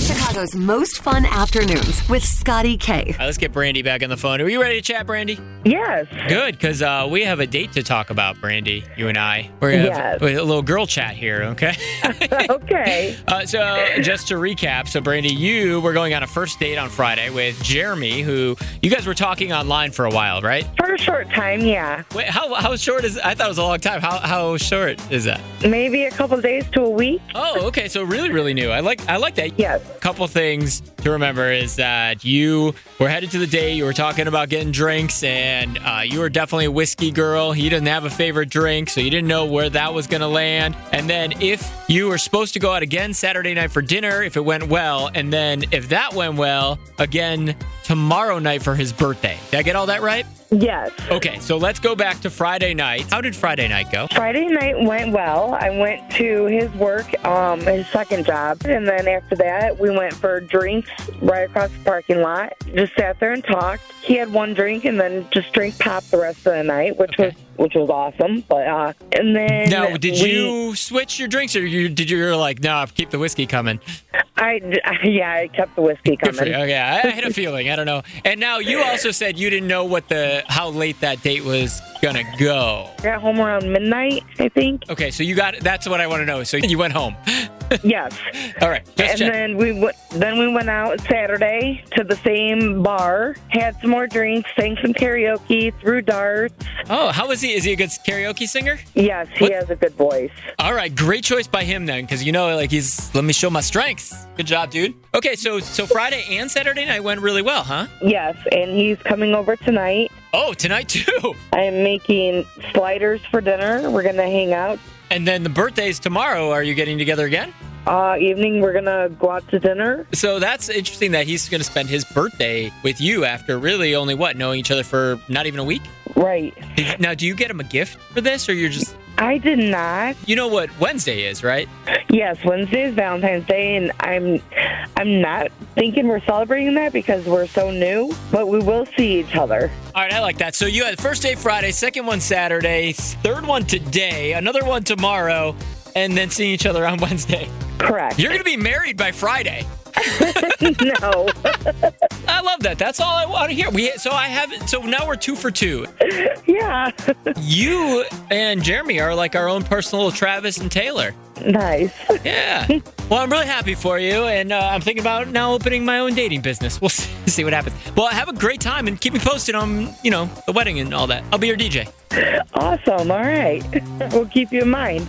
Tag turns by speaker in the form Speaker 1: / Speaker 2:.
Speaker 1: Chicago's most fun afternoons with Scotty K.
Speaker 2: All right, let's get Brandy back on the phone. Are you ready to chat, Brandy?
Speaker 3: Yes.
Speaker 2: Good, because uh, we have a date to talk about, Brandy. You and I. We're gonna have
Speaker 3: Yes.
Speaker 2: a little girl chat here, okay?
Speaker 3: Okay.
Speaker 2: uh, so just to recap, so Brandy, you were going on a first date on Friday with Jeremy, who you guys were talking online for a while, right?
Speaker 3: For a short time, yeah.
Speaker 2: Wait, how how short is? I thought it was a long time. How how short is that?
Speaker 3: Maybe a couple days to a week.
Speaker 2: Oh, okay. So really, really new. I like I like that.
Speaker 3: Yes.
Speaker 2: couple things to remember is that you were headed to the date. You were talking about getting drinks, and uh, you were definitely a whiskey girl. He didn't have a favorite drink, so you didn't know where that was going to land. And then if you were supposed to go out again Saturday night for dinner, if it went well, and then if that went well, again tomorrow night for his birthday. Did I get all that right?
Speaker 3: Yes.
Speaker 2: Okay, so let's go back to Friday night. How did Friday night go?
Speaker 3: Friday night went well. I went to his work, um, his second job, and then after that, we went for drinks right across the parking lot. Just sat there and talked. He had one drink, and then just drank pop the rest of the night, which
Speaker 2: Okay.
Speaker 3: was which was awesome. But uh, and then
Speaker 2: Now, did
Speaker 3: we-
Speaker 2: you switch your drinks, or you did you like, no, keep the whiskey coming?
Speaker 3: I yeah, I kept the whiskey
Speaker 2: Good for you.
Speaker 3: coming.
Speaker 2: Okay, I, I had a feeling. I don't know. And now you also said you didn't know what the how late that date was gonna go.
Speaker 3: Got home around midnight, I think.
Speaker 2: Okay, so you got that's what I want to know. So you went home.
Speaker 3: yes.
Speaker 2: All right, just
Speaker 3: and
Speaker 2: check.
Speaker 3: then we w- then we went out Saturday to the same bar, had some more drinks, sang some karaoke, threw darts.
Speaker 2: oh, how is he? Is he a good karaoke singer?
Speaker 3: Yes, he
Speaker 2: What?
Speaker 3: has a good voice.
Speaker 2: All right, great choice by him then, because you know, like he's let me show my strengths. Good job, dude. Okay, so so Friday and Saturday night went really well, huh?
Speaker 3: Yes, and he's coming over tonight.
Speaker 2: Oh, tonight too.
Speaker 3: I'm making sliders for dinner. We're gonna hang out.
Speaker 2: And then the birthday's tomorrow. Are you getting together again?
Speaker 3: Uh, evening, we're gonna go out to dinner.
Speaker 2: So that's interesting that he's going to spend his birthday with you after really only what knowing each other for not even a week.
Speaker 3: Right.
Speaker 2: Did- Now, do you get him a gift for this, or you're just
Speaker 3: I did not.
Speaker 2: you know what Wednesday is, right?
Speaker 3: Yes, Wednesday is Valentine's Day, and I'm I'm not thinking we're celebrating that because we're so new. But we will see each other.
Speaker 2: All right, I like that. So you had first day Friday, second one Saturday, third one today, another one tomorrow, and then seeing each other on Wednesday.
Speaker 3: Correct.
Speaker 2: You're gonna be married by Friday.
Speaker 3: no.
Speaker 2: I love that. That's all I want to hear. We so I have so now we're two for two.
Speaker 3: yeah.
Speaker 2: You and Jeremy are like our own personal Travis and Taylor.
Speaker 3: Nice.
Speaker 2: Yeah. Well, I'm really happy for you, and uh, I'm thinking about now opening my own dating business. We'll see, see what happens. Well, have a great time, and keep me posted on you know the wedding and all that. I'll be your DJ.
Speaker 3: Awesome. All right. We'll keep you in mind.